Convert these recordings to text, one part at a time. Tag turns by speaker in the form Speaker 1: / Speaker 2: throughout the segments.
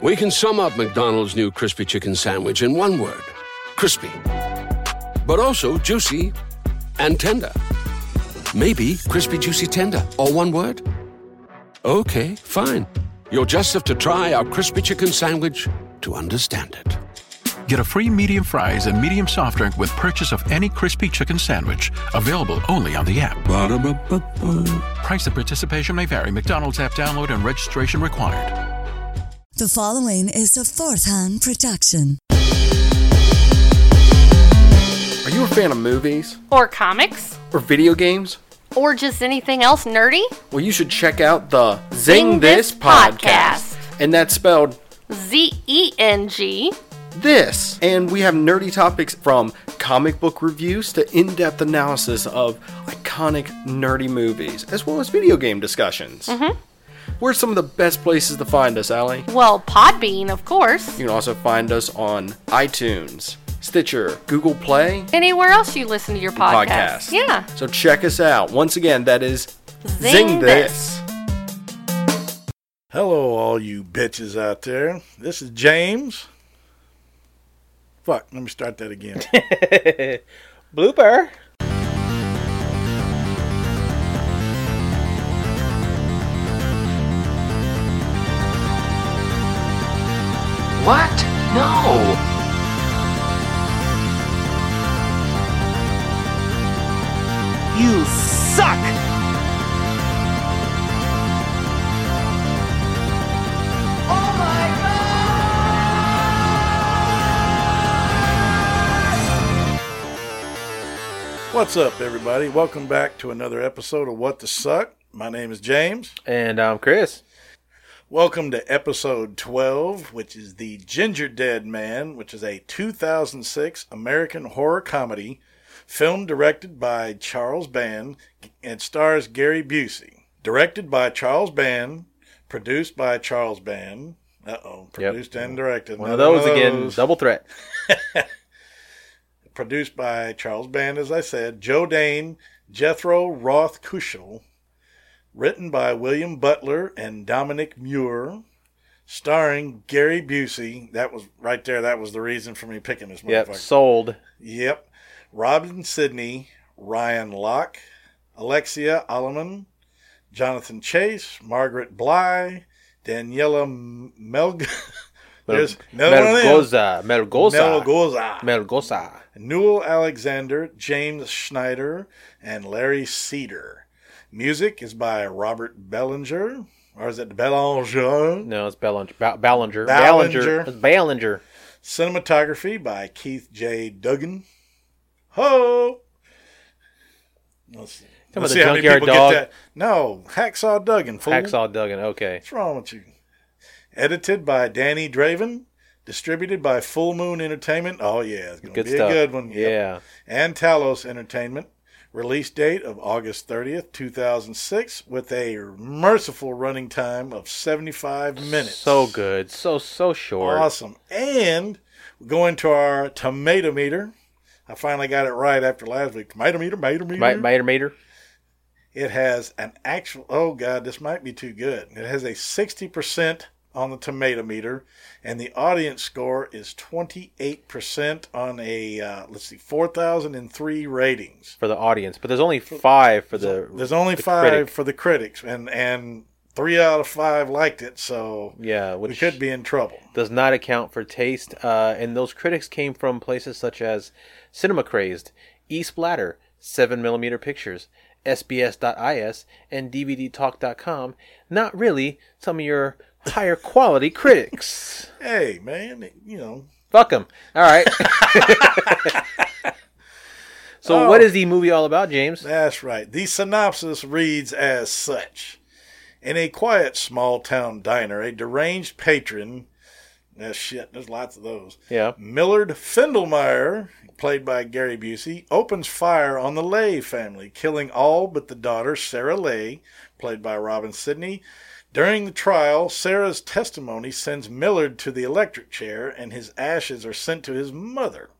Speaker 1: We can sum up McDonald's new crispy chicken sandwich in one word crispy. But also juicy and tender. Maybe crispy, juicy, tender, all one word? Okay, fine. You'll just have to try our crispy chicken sandwich to understand it.
Speaker 2: Get a free medium fries and medium soft drink with purchase of any crispy chicken sandwich. Available only on the app. Price and participation may vary. McDonald's app download and registration required.
Speaker 3: The following is a fourth hand production.
Speaker 4: Are you a fan of movies?
Speaker 5: Or comics?
Speaker 4: Or video games?
Speaker 5: Or just anything else nerdy?
Speaker 4: Well, you should check out the Zing,
Speaker 5: Zing
Speaker 4: This,
Speaker 5: This
Speaker 4: podcast.
Speaker 5: Podcast.
Speaker 4: And that's spelled
Speaker 5: Z E N G.
Speaker 4: this. And we have nerdy topics from comic book reviews to in depth analysis of iconic nerdy movies, as well as video game discussions. Mm-hmm. Where are some of the best places to find us, Allie?
Speaker 5: Well, Podbean, of course.
Speaker 4: You can also find us on iTunes, Stitcher, Google Play,
Speaker 5: Anywhere else you listen to your podcast. Yeah.
Speaker 4: So check us out. Once again, that is
Speaker 5: Zing This.
Speaker 6: Hello, all you bitches out there. This is James. Fuck, let me start that again.
Speaker 7: Blooper.
Speaker 8: What? No! You suck!
Speaker 6: What's up, everybody? Welcome back to another episode of What the Suck. My name is James.
Speaker 7: And I'm Chris.
Speaker 6: Welcome to episode 12, which is The Ginger Dead Man, which is a 2006 American horror comedy film directed by Charles Band and stars Gary Busey. Directed by Charles Band, produced by Charles Band. Uh oh,
Speaker 7: Yep.
Speaker 6: produced and directed.
Speaker 7: One of
Speaker 6: Another
Speaker 7: those again,
Speaker 6: those.
Speaker 7: double threat.
Speaker 6: produced by Charles Band, as I said, Joe Dane, Jethro Roth Cushel, written by William Butler and Dominic Muir, starring Gary Busey. That was right there. That was the reason for me picking this
Speaker 7: Yep,
Speaker 6: motherfucker.
Speaker 7: sold.
Speaker 6: Yep. Robin Sidney, Ryan Locke, Alexia Alleman, Jonathan Chase, Margaret Bly, Daniela M- Melg. There's another one of them.
Speaker 7: Melgoza. Melgoza.
Speaker 6: Melgoza.
Speaker 7: Melgoza.
Speaker 6: Newell Alexander, James Schneider, and Larry Cedar. Music is by Robert Bellinger, or is it Bellinger?
Speaker 7: No, it's Ballinger. Ba- Ballinger.
Speaker 6: Ballinger.
Speaker 7: Ballinger. It's Ballinger.
Speaker 6: Cinematography by Keith J. Duggan. Ho! Let's, see-
Speaker 7: Talking
Speaker 6: let's
Speaker 7: about
Speaker 6: see
Speaker 7: the
Speaker 6: how many
Speaker 7: Junkyard
Speaker 6: people
Speaker 7: Dog?
Speaker 6: get that. No, Hacksaw Duggan. Fool.
Speaker 7: Hacksaw Duggan. Okay.
Speaker 6: What's wrong with you? Edited by Danny Draven. Distributed by Full Moon Entertainment. Oh, yeah. It's going to
Speaker 7: Good
Speaker 6: be
Speaker 7: stuff.
Speaker 6: a good one. Yep.
Speaker 7: Yeah.
Speaker 6: and Talos Entertainment. Release date of August 30th, 2006, with a merciful running time of 75 minutes.
Speaker 7: So good. So, so short.
Speaker 6: Awesome. And going to our tomato meter. I finally got it right after last week. Tomato meter, tomato meter.
Speaker 7: Ma- Mater Mater.
Speaker 6: It has an actual, oh God, this might be too good. It has a 60% on the tomato meter, and the audience score is 28% on a, uh, let's see, 4,003 ratings.
Speaker 7: For the audience. But there's only five for the.
Speaker 6: There's only
Speaker 7: the
Speaker 6: five
Speaker 7: critic.
Speaker 6: for the critics, and and three out of five liked it, so
Speaker 7: Yeah, which
Speaker 6: we could be in trouble.
Speaker 7: does not account for taste. Uh, and those critics came from places such as Cinema Crazed, eSplatter, 7mm Pictures, SBS.is, and DVDTalk.com. Not really some of your higher quality critics.
Speaker 6: Hey, man, it- you know,
Speaker 7: Fuck them. All right. so, what is the movie all about, James?
Speaker 6: that's right. The synopsis reads as such: In a quiet small town diner, a deranged patron. Ah, shit, there's lots of those.
Speaker 7: Yeah.
Speaker 6: Millard Findelmeyer, played by Gary Busey, opens fire on the Lay family, killing all but the daughter, Sarah Lay, played by Robin Sidney. During the trial, Sarah's testimony sends Millard to the electric chair, and his ashes are sent to his mother.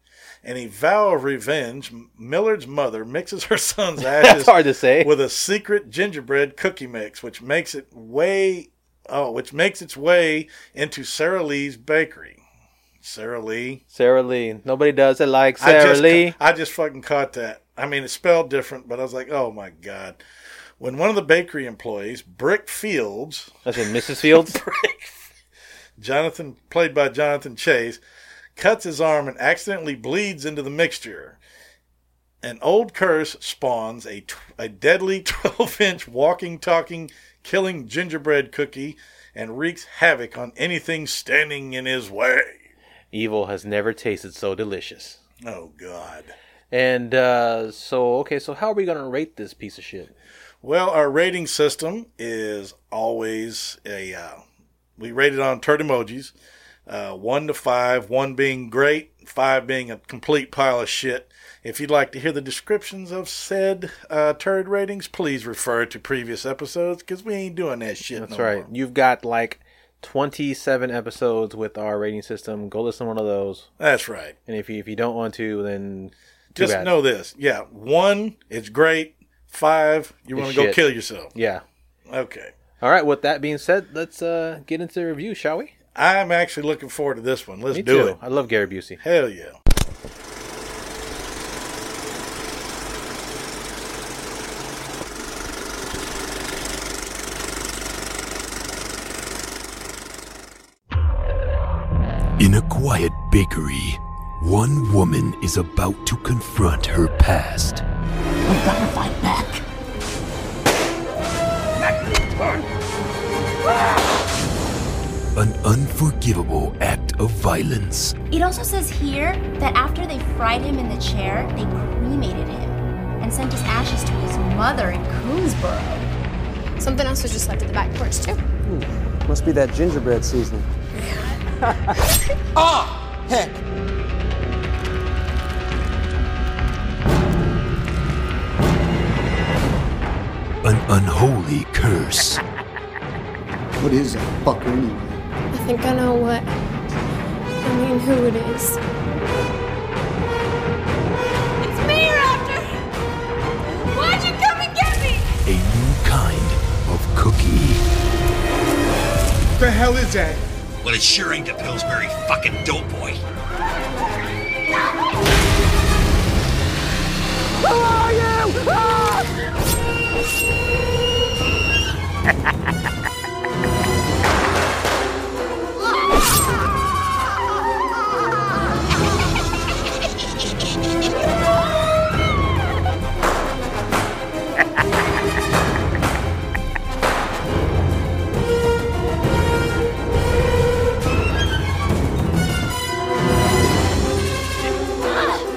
Speaker 6: In a vow of revenge, M- Millard's mother mixes her son's ashes
Speaker 7: That's hard to say.
Speaker 6: with a secret gingerbread cookie mix, which makes it way Oh, which makes its way into Sarah Lee's bakery. Sarah Lee.
Speaker 7: Sarah Lee. Nobody does it like Sarah
Speaker 6: I just,
Speaker 7: Lee.
Speaker 6: I just fucking caught that. I mean, it's spelled different, but I was like, oh my God. When one of the bakery employees, Brick Fields,
Speaker 7: That's in Mrs. Fields.
Speaker 6: Jonathan, played by Jonathan Chase, cuts his arm and accidentally bleeds into the mixture. An old curse spawns a, tw- a deadly 12 inch walking, talking, killing gingerbread cookie and wreaks havoc on anything standing in his way.
Speaker 7: Evil has never tasted so delicious.
Speaker 6: Oh, God.
Speaker 7: And uh, so, okay, so how are we going to rate this piece of shit?
Speaker 6: Well, our rating system is always a. Uh, we rate it on turd emojis, uh, one to five, one being great, five being a complete pile of shit. If you'd like to hear the descriptions of said uh, turd ratings, please refer to previous episodes because we ain't doing that shit.
Speaker 7: That's
Speaker 6: no
Speaker 7: right.
Speaker 6: more.
Speaker 7: You've got like 27 episodes with our rating system. Go listen to one of those.
Speaker 6: That's right.
Speaker 7: And if you, if you don't want to, then too
Speaker 6: Just
Speaker 7: bad.
Speaker 6: know this. Yeah, one, it's great. Five, you
Speaker 7: It's
Speaker 6: want to go
Speaker 7: shit.
Speaker 6: kill yourself.
Speaker 7: Yeah.
Speaker 6: Okay.
Speaker 7: All right. With that being said, let's uh, get into the review, shall we?
Speaker 6: I'm actually looking forward to this one. Let's
Speaker 7: Me
Speaker 6: do
Speaker 7: too.
Speaker 6: it.
Speaker 7: I love Gary Busey.
Speaker 6: Hell yeah.
Speaker 9: In a quiet bakery, one woman is about to confront her past.
Speaker 8: We gotta fight back.
Speaker 9: An unforgivable act of violence
Speaker 10: It also says here that after they fried him in the chair, they cremated him and sent his ashes to his mother in Coonsboro.
Speaker 11: Something else was just left at the back porch, too.
Speaker 12: Must be that gingerbread seasoning.
Speaker 8: Ah, heck.
Speaker 9: an unholy curse.
Speaker 12: What is that fucker anyway?
Speaker 11: I think I know what. I mean, who it is.
Speaker 8: It's me you're after. Why'd you come and get me?
Speaker 9: A new kind of cookie.
Speaker 13: The hell is that?
Speaker 14: Well, it sure ain't the Pillsbury fucking dope boy.
Speaker 8: Who are you?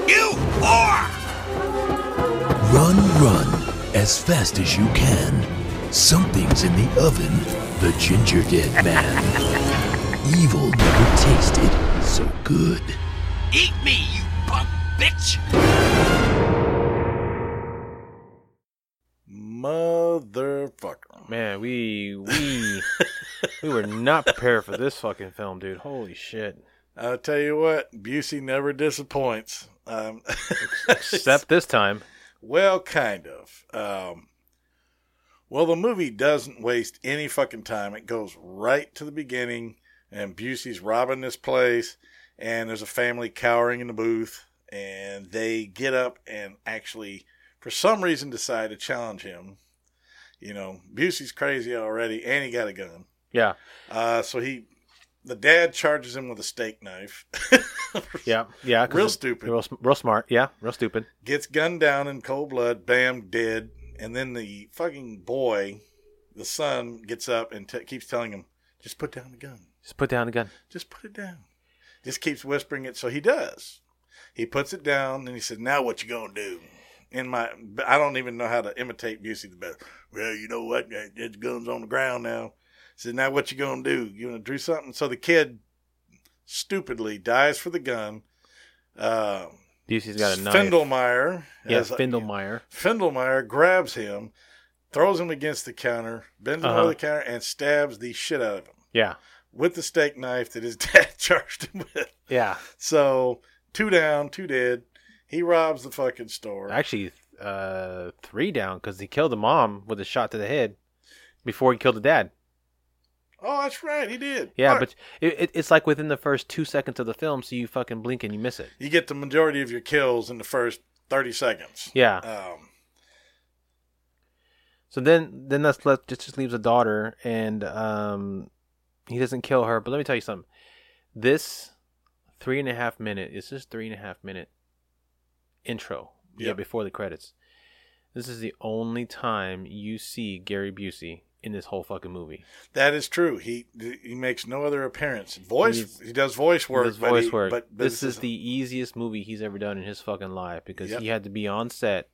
Speaker 14: You are!
Speaker 9: Run, run as fast as you can. Something's in the oven. The ginger dead man. Evil never tasted so good.
Speaker 14: Eat me, you punk bitch!
Speaker 6: Motherfucker.
Speaker 7: Man, we we we were not prepared for this fucking film, dude. Holy shit!
Speaker 6: I'll tell you what, Busey never disappoints. Um,
Speaker 7: Except this time,
Speaker 6: well, kind of. Um, well, the movie doesn't waste any fucking time. It goes right to the beginning, and Busey's robbing this place, and there's a family cowering in the booth, and they get up and actually, for some reason, decide to challenge him. You know, Busey's crazy already, and he got a gun.
Speaker 7: yeah,
Speaker 6: Uh, so he, the dad charges him with a steak knife.
Speaker 7: yeah, yeah. 'cause
Speaker 6: Real
Speaker 7: it-
Speaker 6: stupid.
Speaker 7: real, sm- real smart. Yeah, real stupid.
Speaker 6: gets gunned down in cold blood, bam, dead. And then the fucking boy, the son, gets up and t- keeps telling him, just put down the gun.
Speaker 7: Just put down the gun.
Speaker 6: Just put it down. Just keeps whispering it. So he does. He puts it down and he says, now what you gonna do? In my, but I don't even know how to imitate Busey the best. Well, you know what? That that gun's on the ground now. He said, now what you gonna do? You gonna do something? So the kid stupidly dies for the gun. Uh,
Speaker 7: Busey's got a knife.
Speaker 6: Findelmeyer.
Speaker 7: Yeah,
Speaker 6: has-
Speaker 7: Findelmeyer.
Speaker 6: Findelmeyer grabs him, throws him against the counter, bends him
Speaker 7: Uh-huh.
Speaker 6: over the counter, and stabs the shit out of him
Speaker 7: Yeah,
Speaker 6: with the steak knife that his dad charged him with.
Speaker 7: yeah.
Speaker 6: So two down, two dead. He robs the fucking store.
Speaker 7: Actually, uh, three down because he killed the mom with a shot to the head before he killed the dad.
Speaker 6: Oh, that's right, he did.
Speaker 7: Yeah,
Speaker 6: All right.
Speaker 7: but it, it, it's like within the first two seconds of the film, so you fucking blink and you miss it.
Speaker 6: you get the majority of your kills in the first thirty seconds.
Speaker 7: Yeah.
Speaker 6: Um,
Speaker 7: So then, then that's left just, just leaves a daughter, and um, he doesn't kill her. But let me tell you something. This three and a half minute is this three and a half minute intro. Yeah,
Speaker 6: Yep.
Speaker 7: before the credits. This is the only time you see Gary Busey in this whole fucking movie.
Speaker 6: that is true. He he makes no other appearance. Voice
Speaker 7: He's-
Speaker 6: he does voice work.
Speaker 7: His
Speaker 6: but
Speaker 7: voice
Speaker 6: he-
Speaker 7: work.
Speaker 6: But
Speaker 7: this, is the easiest movie he's ever done in his fucking life because
Speaker 6: Yep.
Speaker 7: he had to be on set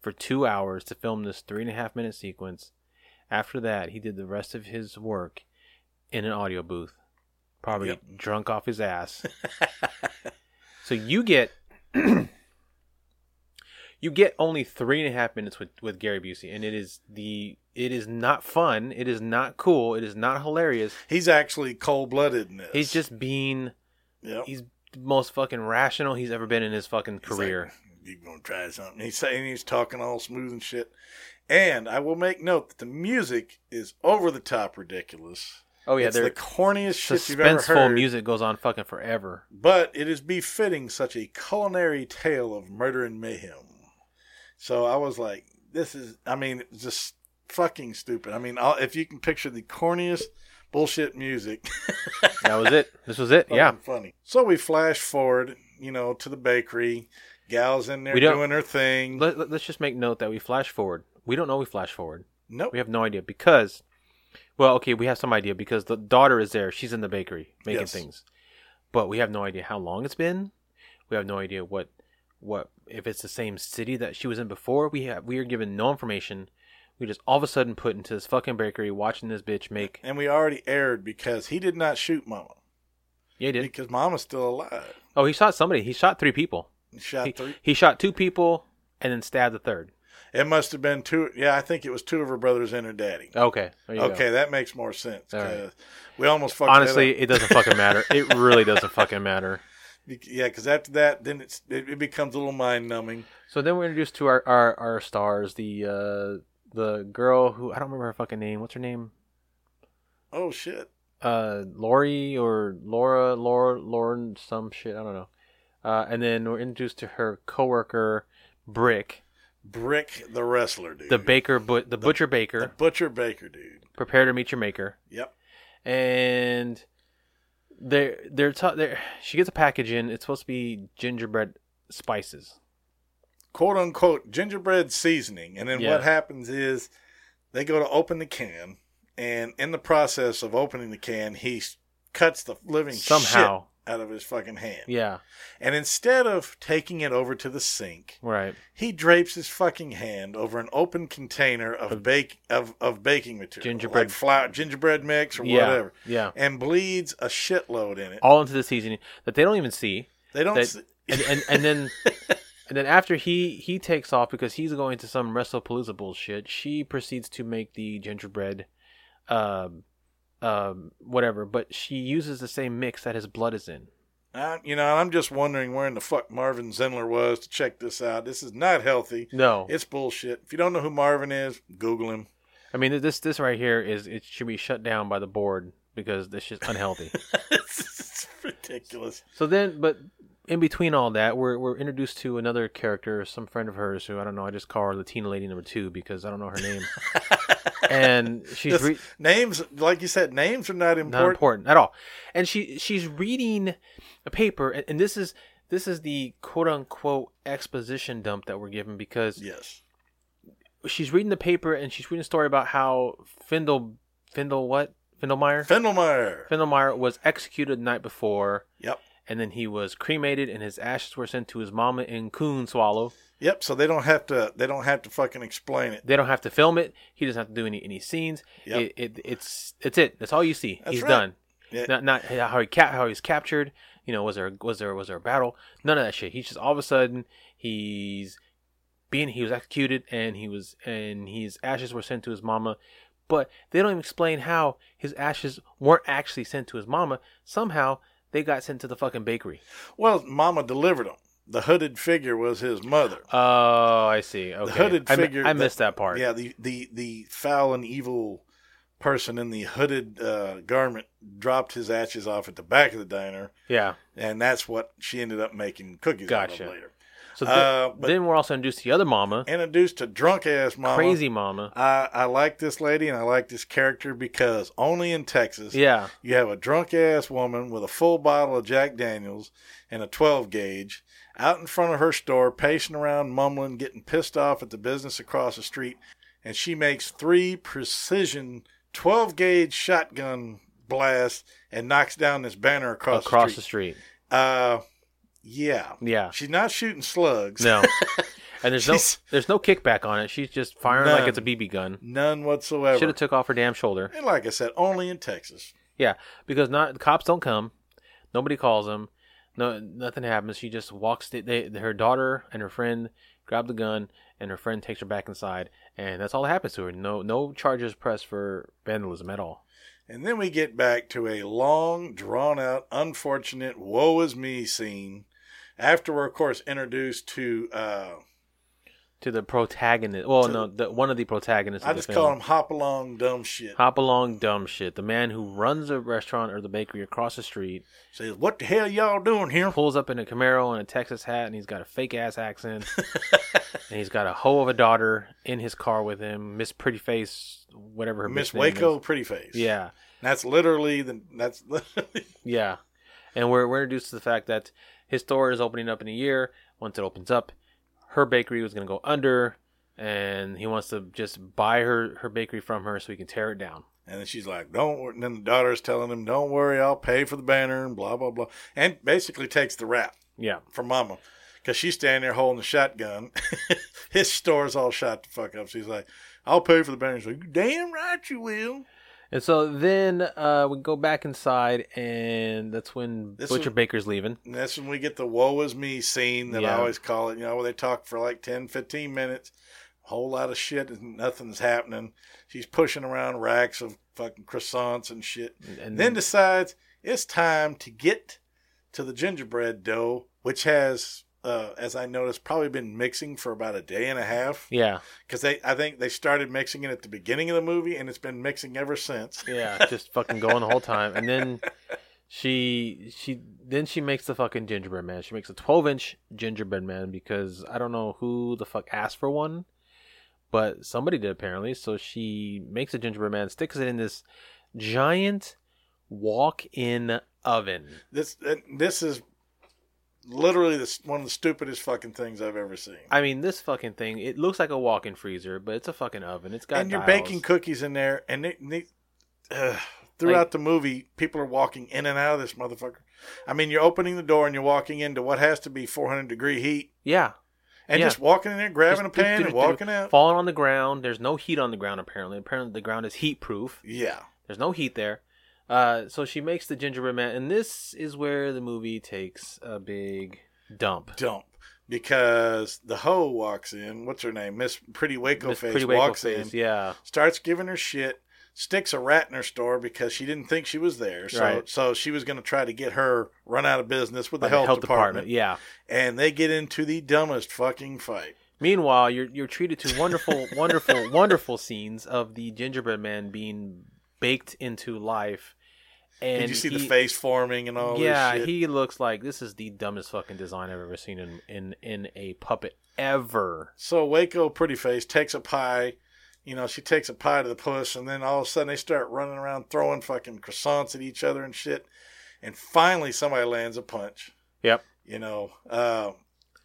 Speaker 7: for two hours to film this three and a half minute sequence. After that, he did the rest of his work in an audio booth, probably drunk off his ass. so you get you get only three and a half minutes with, with Gary Busey, and it is the it is not fun. It is not cool. It is not hilarious.
Speaker 6: He's actually cold blooded in this.
Speaker 7: He's just being he's the most fucking rational he's ever been in his fucking career.
Speaker 6: you gonna try something. He's saying he's talking all smooth and shit. And I will make note that the music is over the top ridiculous.
Speaker 7: oh yeah,
Speaker 6: it's
Speaker 7: they're
Speaker 6: the corniest shit you've ever
Speaker 7: Suspenseful
Speaker 6: heard.
Speaker 7: music goes on fucking forever.
Speaker 6: But it is befitting such a culinary tale of murder and mayhem. So I was like, this is, I mean, it's just fucking stupid. I mean, I'll, if you can picture the corniest bullshit music,
Speaker 7: That was it. This was it. yeah.
Speaker 6: fucking funny. So we flash forward, you know, to the bakery. Gal's in there
Speaker 7: We don't-
Speaker 6: doing her thing.
Speaker 7: Let, let, us just make note that we flash forward. We don't know we flash forward.
Speaker 6: Nope.
Speaker 7: We have no idea because, well, okay, we have some idea because the daughter is there. She's in the bakery making
Speaker 6: Yes.
Speaker 7: things, but we have no idea how long it's been. We have no idea what what if it's the same city that she was in before. We have we are given no information. We just all of a sudden put into this fucking bakery watching this bitch make.
Speaker 6: And we already aired because he did not shoot Mama.
Speaker 7: Yeah, he did.
Speaker 6: Because Mama's still alive.
Speaker 7: Oh, he shot somebody. He shot three people.
Speaker 6: He shot
Speaker 7: He-
Speaker 6: three.
Speaker 7: He shot two people and then stabbed the third.
Speaker 6: It must have been two. Yeah, I think it was two of her brothers and her daddy.
Speaker 7: Okay. Oh, There you go.
Speaker 6: okay, that makes more sense.
Speaker 7: All
Speaker 6: 'cause We almost fucked that
Speaker 7: Honestly,
Speaker 6: up.
Speaker 7: it doesn't fucking matter. It really doesn't fucking matter.
Speaker 6: Be- yeah, because after that, then it's it, it becomes a little mind numbing.
Speaker 7: So then we're introduced to our our, our stars. The uh, the girl who I don't remember her fucking name. What's her name?
Speaker 6: Oh shit!
Speaker 7: Uh, Lori or Laura, Laura, Lauren, some shit. I don't know. Uh, and then we're introduced to her coworker, Brick,
Speaker 6: Brick the wrestler dude,
Speaker 7: the baker, but the, butcher baker.
Speaker 6: butcher baker dude.
Speaker 7: Prepare to meet your maker.
Speaker 6: Yep.
Speaker 7: And they're they're, ta- they're she gets a package in. It's supposed to be gingerbread spices.
Speaker 6: quote unquote gingerbread seasoning. And then
Speaker 7: Yeah.
Speaker 6: what happens is they go to open the can, and in the process of opening the can, he s- cuts the living
Speaker 7: Somehow.
Speaker 6: shit out of his fucking hand.
Speaker 7: Yeah.
Speaker 6: And instead of taking it over to the sink,
Speaker 7: Right.
Speaker 6: he drapes his fucking hand over an open container of bake of, of baking material,
Speaker 7: Gingerbread-
Speaker 6: like flour, gingerbread mix, or
Speaker 7: Yeah,
Speaker 6: whatever.
Speaker 7: yeah.
Speaker 6: and bleeds a shitload in it.
Speaker 7: all into the seasoning that they don't even see.
Speaker 6: They don't
Speaker 7: That-
Speaker 6: see-
Speaker 7: and, and and then and then after he he takes off because he's going to some WrestlePalooza bullshit, she proceeds to make the gingerbread, um, um, whatever. But she uses the same mix that his blood is in.
Speaker 6: I, you know, I'm just wondering where in the fuck Marvin Zindler was to check this out. This is not healthy.
Speaker 7: No.
Speaker 6: It's bullshit. If you don't know who Marvin is, Google him.
Speaker 7: I mean, this this right here is it should be shut down by the board because this is unhealthy.
Speaker 6: it's ridiculous.
Speaker 7: So then, but in between all that, we're we're introduced to another character, some friend of hers who I don't know. I just call her Latina Lady Number Two because I don't know her name. and she's
Speaker 6: This-
Speaker 7: re-
Speaker 6: names, like you said, names are not important.
Speaker 7: not important at all. And she she's reading a paper, and, and this is this is the quote unquote exposition dump that we're given because
Speaker 6: yes,
Speaker 7: she's reading the paper and she's reading a story about how Findle Findle what Findlemeyer
Speaker 6: Fendelmeyer.
Speaker 7: Findlemeyer was executed the night before.
Speaker 6: Yep.
Speaker 7: And then he was cremated, and his ashes were sent to his mama in Coon Swallow.
Speaker 6: Yep. So they don't have to. They don't have to fucking explain it.
Speaker 7: They don't have to film it. He doesn't have to do any any scenes.
Speaker 6: Yep.
Speaker 7: It, it it's it's it. That's all you see.
Speaker 6: That's
Speaker 7: he's
Speaker 6: right.
Speaker 7: done.
Speaker 6: Yeah.
Speaker 7: Not not how he ca- how he's captured. You know, was there was there was there a battle? None of that shit. He's just all of a sudden he's being he was executed and he was and his ashes were sent to his mama. But they don't even explain how his ashes weren't actually sent to his mama. Somehow they got sent to the fucking bakery.
Speaker 6: Well, Mama delivered him. The hooded figure was his mother.
Speaker 7: Oh, I see. Okay,
Speaker 6: The hooded
Speaker 7: I mi-
Speaker 6: figure.
Speaker 7: I,
Speaker 6: the-
Speaker 7: missed that part.
Speaker 6: Yeah, the the the foul and evil person in the hooded uh, garment dropped his ashes off at the back of the diner.
Speaker 7: Yeah.
Speaker 6: And that's what she ended up making cookies out
Speaker 7: Gotcha.
Speaker 6: of later.
Speaker 7: So th-
Speaker 6: Uh, but-
Speaker 7: then we're also introduced to the other mama,
Speaker 6: Introduced to drunk ass mama.
Speaker 7: crazy mama.
Speaker 6: I, I like this lady and I like this character because only in Texas
Speaker 7: Yeah.
Speaker 6: you have a drunk ass woman with a full bottle of Jack Daniels and a 12 gauge out in front of her store, pacing around, mumbling, getting pissed off at the business across the street. And she makes three precision 12 gauge shotgun blasts and knocks down this banner across,
Speaker 7: Across
Speaker 6: the
Speaker 7: the
Speaker 6: street.
Speaker 7: street.
Speaker 6: Uh, yeah.
Speaker 7: Yeah.
Speaker 6: She's not shooting slugs.
Speaker 7: No. And there's no
Speaker 6: She's-
Speaker 7: there's no kickback on it. She's just firing
Speaker 6: None.
Speaker 7: like it's a BB gun.
Speaker 6: None whatsoever.
Speaker 7: Should have took off her damn shoulder.
Speaker 6: and like I said, only in Texas.
Speaker 7: Yeah, because not the cops don't come, nobody calls them, no nothing happens. She just walks. They, they, her daughter and her friend grab the gun, and her friend takes her back inside, and that's all that happens to her. No no charges pressed for vandalism at all.
Speaker 6: And then we get back to a long, drawn out, unfortunate woe is me scene. After we're, of course, introduced to, uh,
Speaker 7: To the protagonist, well,
Speaker 6: To-
Speaker 7: no, the, one of the protagonists.
Speaker 6: I
Speaker 7: of the
Speaker 6: just
Speaker 7: film.
Speaker 6: call him hop along dumb shit.
Speaker 7: Hop along, dumb shit. The man who runs a restaurant or the bakery across the street
Speaker 6: says, "What the hell y'all doing here?"
Speaker 7: Pulls up in a Camaro and a Texas hat, and he's got a fake ass accent, and he's got a hoe of a daughter in his car with him. Miss Pretty Face, whatever her
Speaker 6: Miss
Speaker 7: bitch name
Speaker 6: Waco
Speaker 7: is.
Speaker 6: Pretty Face.
Speaker 7: Yeah,
Speaker 6: That's literally the, that's literally,
Speaker 7: yeah, and we're we're introduced to the fact that his store is opening up in a year. Once it opens up, her bakery was going to go under, and he wants to just buy her her bakery from her so he can tear it down.
Speaker 6: and then she's like, don't, wor-" and then the daughter's telling him, don't worry, I'll pay for the banner and blah, blah, blah. And basically takes the rap
Speaker 7: Yeah,
Speaker 6: from mama because she's standing there holding the shotgun. His store's all shot the fuck up. She's like, I'll pay for the banner. She's like, "You damn right you will.
Speaker 7: and so then uh, we go back inside, and that's when
Speaker 6: This
Speaker 7: Butcher
Speaker 6: was-
Speaker 7: Baker's leaving.
Speaker 6: And that's when we get the woe is me scene that I
Speaker 7: Yeah.
Speaker 6: always call it. You know, where they talk for like 10, 15 minutes, a whole lot of shit, and nothing's happening. She's pushing around racks of fucking croissants and shit.
Speaker 7: and-
Speaker 6: then decides it's time to get to the gingerbread dough, which has, uh, as I noticed, probably been mixing for about a day and a half.
Speaker 7: Yeah.
Speaker 6: Because they, I think they started mixing it at the beginning of the movie, and it's been mixing ever since.
Speaker 7: Yeah, just fucking going the whole time. And then she she then she makes the fucking gingerbread man. She makes a twelve inch gingerbread man because I don't know who the fuck asked for one, but somebody did apparently. So she makes a gingerbread man, sticks it in this giant walk in oven.
Speaker 6: This this is literally the, one of the stupidest fucking things I've ever seen.
Speaker 7: I mean, this fucking thing, it looks like a walk in freezer, but it's a fucking oven. It's got
Speaker 6: and you're
Speaker 7: dials.
Speaker 6: baking cookies in there, and they, they, uh, throughout the movie, people are walking in and out of this motherfucker. I mean, you're opening the door and you're walking into what has to be 400 degree heat,
Speaker 7: Yeah.
Speaker 6: and
Speaker 7: Yeah.
Speaker 6: just walking in there, grabbing
Speaker 7: Just
Speaker 6: a pan,
Speaker 7: do- do-
Speaker 6: and
Speaker 7: do-
Speaker 6: walking out.
Speaker 7: Falling on the ground. There's no heat on the ground, apparently. Apparently, the ground is heat proof.
Speaker 6: Yeah,
Speaker 7: There's no heat there. Uh, so she makes the gingerbread man, and this is where the movie takes a big dump.
Speaker 6: dump. Because the hoe walks in. What's her name? Miss Pretty Waco
Speaker 7: Miss
Speaker 6: Face
Speaker 7: Pretty Waco
Speaker 6: walks
Speaker 7: Face,
Speaker 6: in.
Speaker 7: yeah.
Speaker 6: Starts giving her shit. Sticks a rat in her store because she didn't think she was there. So
Speaker 7: Right.
Speaker 6: so she was going to try to get her run out of business with the,
Speaker 7: By
Speaker 6: health, department.
Speaker 7: Yeah.
Speaker 6: And they get into the dumbest fucking fight.
Speaker 7: Meanwhile, you're you're treated to wonderful, wonderful, wonderful scenes of the gingerbread man being baked into life. And
Speaker 6: Did you see the
Speaker 7: he-
Speaker 6: face forming and all
Speaker 7: yeah,
Speaker 6: this shit?
Speaker 7: he looks like this is the dumbest fucking design I've ever seen in in in a puppet ever.
Speaker 6: So Waco Pretty Face takes a pie. You know, she takes a pie to the puss, and then all of a sudden they start running around throwing fucking croissants at each other and shit. And finally, somebody lands a punch.
Speaker 7: Yep.
Speaker 6: You know, uh,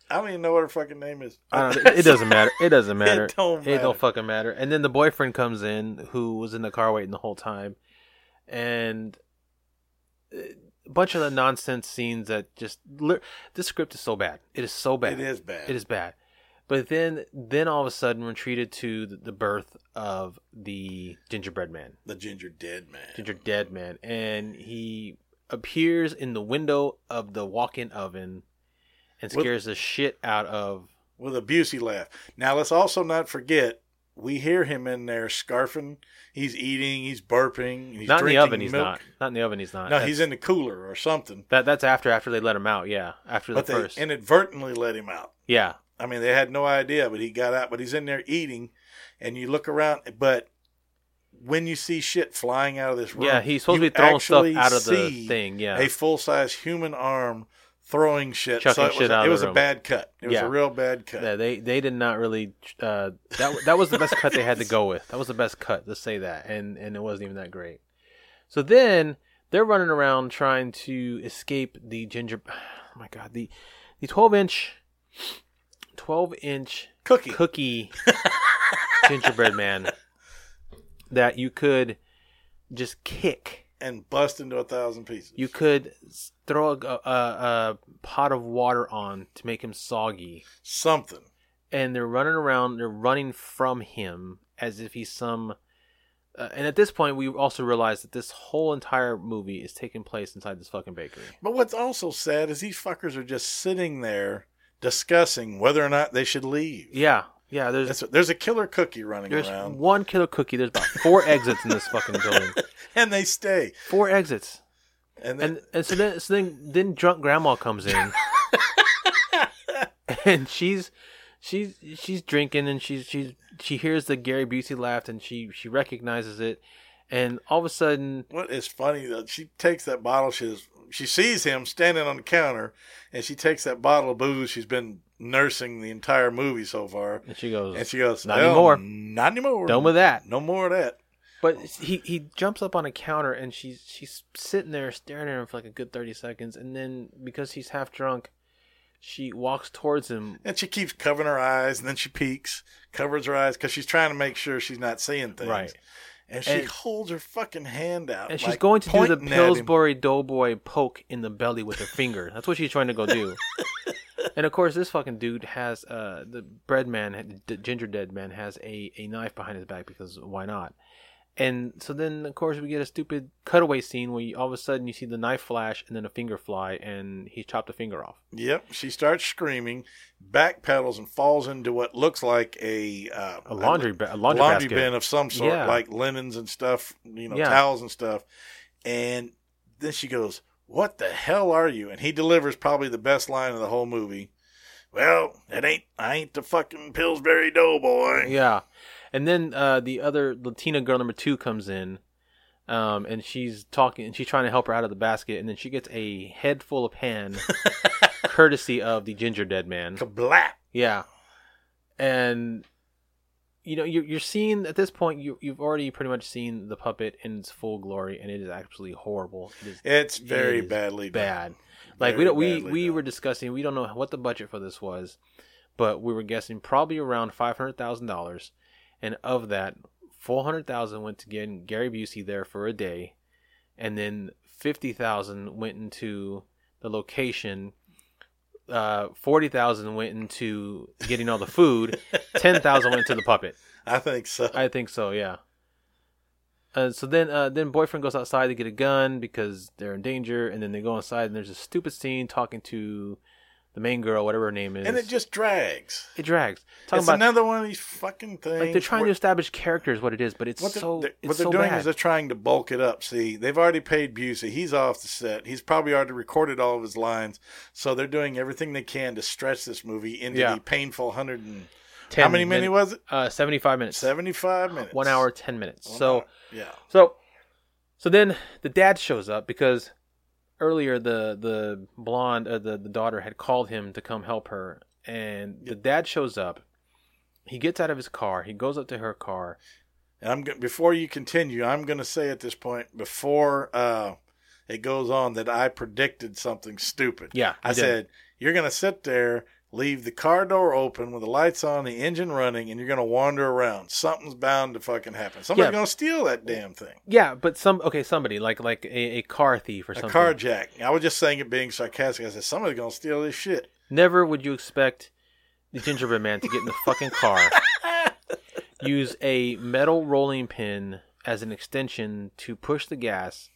Speaker 6: I don't even know what her fucking name is.
Speaker 7: I don't, it doesn't matter. It doesn't matter.
Speaker 6: It don't
Speaker 7: It
Speaker 6: matter.
Speaker 7: don't fucking matter. And then the boyfriend comes in, who was in the car waiting the whole time, and a bunch of the nonsense scenes that just li- this script is so bad. It is so bad.
Speaker 6: It is bad.
Speaker 7: It is bad. But then, then all of a sudden, we're treated to the, the birth of the gingerbread man,
Speaker 6: The Ginger Dead Man.
Speaker 7: ginger dead man, and he appears in the window of the walk-in oven and
Speaker 6: With-
Speaker 7: scares the shit out of
Speaker 6: With a Busey laugh. Now, let's also not forget, we hear him in there scarfing. He's eating, he's burping, he's
Speaker 7: not in the
Speaker 6: drinking
Speaker 7: oven. He's
Speaker 6: milk.
Speaker 7: not. Not in the oven. He's not.
Speaker 6: No,
Speaker 7: That's-
Speaker 6: he's in the cooler or something.
Speaker 7: that. That's after after they let him out. Yeah, after
Speaker 6: But
Speaker 7: the
Speaker 6: they
Speaker 7: first.
Speaker 6: inadvertently let him out.
Speaker 7: yeah,
Speaker 6: I mean, they had no idea, but he got out. But he's in there eating, and you look around. But when you see shit flying out of this room,
Speaker 7: Yeah, he's supposed
Speaker 6: you
Speaker 7: to be throwing stuff
Speaker 6: actually
Speaker 7: out of the
Speaker 6: see
Speaker 7: thing, yeah.
Speaker 6: a full size human arm throwing shit.
Speaker 7: Chucking
Speaker 6: so it was,
Speaker 7: shit out
Speaker 6: it
Speaker 7: of the
Speaker 6: was a
Speaker 7: room.
Speaker 6: bad cut. It was
Speaker 7: Yeah.
Speaker 6: a real bad cut.
Speaker 7: Yeah, they they did not really. Uh, that that was the best cut they had to go with. That was the best cut. Let's say that, and and it wasn't even that great. So then they're running around trying to escape the ginger. Oh my god, the the twelve inch, twelve inch
Speaker 6: cookie
Speaker 7: cookie gingerbread man that you could just kick
Speaker 6: and bust into a thousand pieces.
Speaker 7: you could s- throw a, a, a pot of water on to make him soggy.
Speaker 6: Something.
Speaker 7: And they're running around. They're running from him as if he's some. Uh, and at this point, we also realize that this whole entire movie is taking place inside this fucking bakery.
Speaker 6: But what's also sad is these fuckers are just sitting there discussing whether or not they should leave.
Speaker 7: Yeah, yeah. There's
Speaker 6: there's a killer cookie running
Speaker 7: There's
Speaker 6: around,
Speaker 7: one killer cookie. There's about four exits in this fucking building.
Speaker 6: and they stay.
Speaker 7: Four exits.
Speaker 6: And then,
Speaker 7: And and so then so then then drunk grandma comes in, and she's she's she's drinking and she's she's she hears the Gary Busey laugh and she she recognizes it, and all of a sudden
Speaker 6: what is funny though, she takes that bottle. She's she sees him standing on the counter, and she takes that bottle of booze she's been nursing the entire movie so far.
Speaker 7: And she goes,
Speaker 6: and she goes,
Speaker 7: "Not
Speaker 6: "Well,
Speaker 7: anymore.
Speaker 6: not anymore,
Speaker 7: Done with that."
Speaker 6: no more of that."
Speaker 7: But he he jumps up on a counter and she's she's sitting there staring at him for like a good thirty seconds, and then because he's half drunk, she walks towards him.
Speaker 6: And she keeps covering her eyes, and then she peeks, covers her eyes because she's trying to make sure she's not seeing things.
Speaker 7: Right.
Speaker 6: And she
Speaker 7: And-
Speaker 6: holds her fucking hand out,
Speaker 7: And she's
Speaker 6: like,
Speaker 7: going to do the
Speaker 6: pointing at him.
Speaker 7: Pillsbury Doughboy poke in the belly with her finger. That's what she's trying to go do. and of course, this fucking dude has uh, the bread man, the ginger dead man, has a, a knife behind his back because why not? And so then, of course, we get a stupid cutaway scene where you, all of a sudden you see the knife flash and then a finger fly, and he chopped a finger off.
Speaker 6: Yep, she starts screaming, backpedals, and falls into what looks like a uh,
Speaker 7: A laundry ba- a laundry basket.
Speaker 6: bin of some sort,
Speaker 7: Yeah.
Speaker 6: like linens and stuff, you know,
Speaker 7: Yeah.
Speaker 6: towels and stuff. And then she goes, "What the hell are you?" And he delivers probably the best line of the whole movie. Well, it ain't I ain't the fucking Pillsbury Doughboy.
Speaker 7: Yeah, and then uh, the other Latina girl number two comes in, um, and she's talking and she's trying to help her out of the basket, and then she gets a head full of pan, courtesy of the ginger dead man.
Speaker 6: Kablap!
Speaker 7: Yeah, and you know you're you're seeing at this point you you've already pretty much seen the puppet in its full glory, and it is actually horrible. It is
Speaker 6: It's
Speaker 7: it
Speaker 6: very
Speaker 7: is
Speaker 6: badly done.
Speaker 7: bad. Like we
Speaker 6: Very
Speaker 7: don't we
Speaker 6: badly
Speaker 7: we were discussing we don't know what the budget for this was, but we were guessing probably around five hundred thousand dollars, and of that, four hundred thousand went to getting Gary Busey there for a day, and then fifty thousand went into the location. Uh, forty thousand went into getting all the food. Ten thousand went to the puppet.
Speaker 6: I think so.
Speaker 7: I think so. Yeah. Uh, so then, uh, then boyfriend goes outside to get a gun because they're in danger, and then they go inside and there's a stupid scene talking to the main girl, whatever her name is,
Speaker 6: and it just drags.
Speaker 7: it drags. Talking
Speaker 6: it's
Speaker 7: about
Speaker 6: another one of these fucking things.
Speaker 7: like they're trying
Speaker 6: where-
Speaker 7: to establish character is what it is, but it's
Speaker 6: what they're,
Speaker 7: so
Speaker 6: they're-
Speaker 7: it's
Speaker 6: what they're
Speaker 7: so
Speaker 6: doing
Speaker 7: bad.
Speaker 6: is they're trying to bulk it up. See, they've already paid Busey; he's off the set. He's probably already recorded all of his lines, so they're doing everything they can to stretch this movie into
Speaker 7: Yeah.
Speaker 6: the painful hundred and how
Speaker 7: 10
Speaker 6: many minutes
Speaker 7: min-
Speaker 6: was it?
Speaker 7: Uh, seventy-five minutes.
Speaker 6: Seventy-five minutes.
Speaker 7: One hour, ten minutes. so
Speaker 6: Yeah,
Speaker 7: So, so then the dad shows up because earlier the the blonde uh, the the daughter had called him to come help her, and the dad shows up. He gets out of his car. He goes up to her car.
Speaker 6: and I'm go- before you continue, I'm going to say at this point before uh, it goes on that I predicted something stupid.
Speaker 7: Yeah,
Speaker 6: I
Speaker 7: you did.
Speaker 6: said you're going to sit there. Leave the car door open with the lights on, the engine running, and you're going to wander around. Something's bound to fucking happen. Somebody's
Speaker 7: Yeah.
Speaker 6: going to steal that damn thing.
Speaker 7: Yeah, but some okay, somebody like like a, a car thief or
Speaker 6: A
Speaker 7: something.
Speaker 6: carjack. I was just saying it being sarcastic. I said somebody's gonna steal this shit.
Speaker 7: Never would you expect the gingerbread man to get in the fucking car, use a metal rolling pin as an extension to push the gas,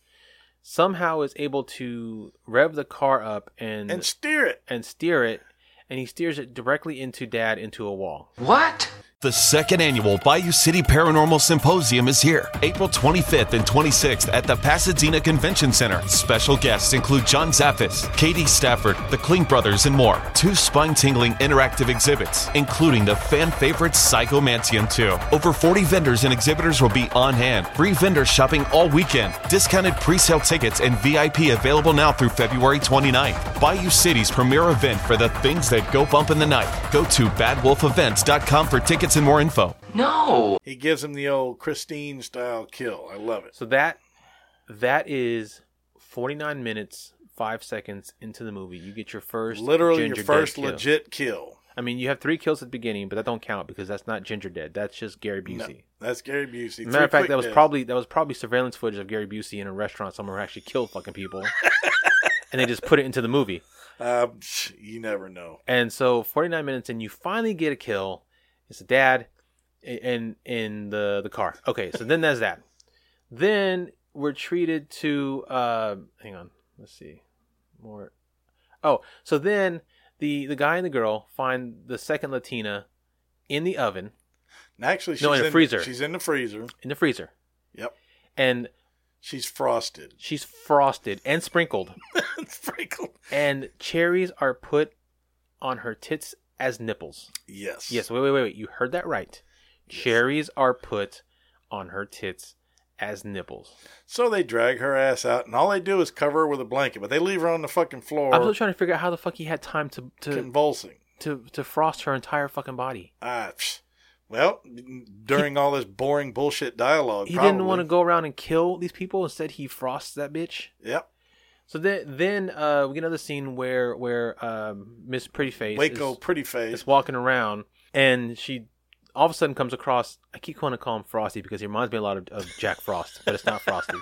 Speaker 7: somehow is able to rev the car up and
Speaker 6: And steer it.
Speaker 7: and steer it, and he steers it directly into dad into a wall.
Speaker 14: What?
Speaker 15: The second annual Bayou City Paranormal Symposium is here, April 25th and 26th at the Pasadena Convention Center. Special guests include John Zaffis, Katie Stafford, the Kling Brothers, and more. Two spine tingling interactive exhibits, including the fan favorite Psychomantium 2. Over 40 vendors and exhibitors will be on hand. Free vendor shopping all weekend. Discounted pre sale tickets and VIP available now through February 29th. Bayou City's premier event for the things that go bump in the night. Go to badwolfevents.com for tickets and more info.
Speaker 6: No. He gives him the old Christine style kill. I love it.
Speaker 7: So that that is 49 minutes 5 seconds into the movie. You get your first
Speaker 6: Literally your
Speaker 7: Ginger Dead
Speaker 6: first
Speaker 7: kill.
Speaker 6: legit kill.
Speaker 7: I mean, you have three kills at the beginning, but that don't count because that's not Ginger Dead. That's just Gary Busey.
Speaker 6: That's Gary Busey.
Speaker 7: Matter of
Speaker 6: Three
Speaker 7: fact, that was
Speaker 6: quick
Speaker 7: probably that was probably surveillance footage of Gary Busey in a restaurant somewhere who actually killed fucking people, and they just put it into the movie.
Speaker 6: deaths. Um, psh, you never know.
Speaker 7: And so, 49 minutes, and you finally get a kill. It's a dad in in the the car. Okay, so then there's that. Then we're treated to. Uh, hang on, let's see more. Oh, so then the the guy and the girl find the second Latina in the oven,
Speaker 6: Actually, she's
Speaker 7: No, in the freezer.
Speaker 6: She's in the freezer.
Speaker 7: in the freezer,
Speaker 6: Yep.
Speaker 7: and
Speaker 6: She's frosted.
Speaker 7: she's frosted and sprinkled.
Speaker 6: sprinkled.
Speaker 7: and cherries are put on her tits as nipples.
Speaker 6: Yes.
Speaker 7: Yes, wait, wait, wait, wait. You heard that right. Cherries are put on her tits as nipples.
Speaker 6: So they drag her ass out, and all they do is cover her with a blanket, but they leave her on the fucking floor,
Speaker 7: I'm still trying to figure out how the fuck he had time to to,
Speaker 6: convulsing.
Speaker 7: to to frost her entire fucking body.
Speaker 6: Ah, psh. well, during all this boring bullshit dialogue,
Speaker 7: He didn't want to go around and kill these people. Instead, he frosts that bitch.
Speaker 6: Yep.
Speaker 7: So then, then uh, we get another scene where where um, Miss Prettyface
Speaker 6: Waco
Speaker 7: is,
Speaker 6: pretty face.
Speaker 7: is walking around, and she all of a sudden comes across. I keep wanting to call him Frosty because he reminds me a lot of, of Jack Frost, but it's not Frosty.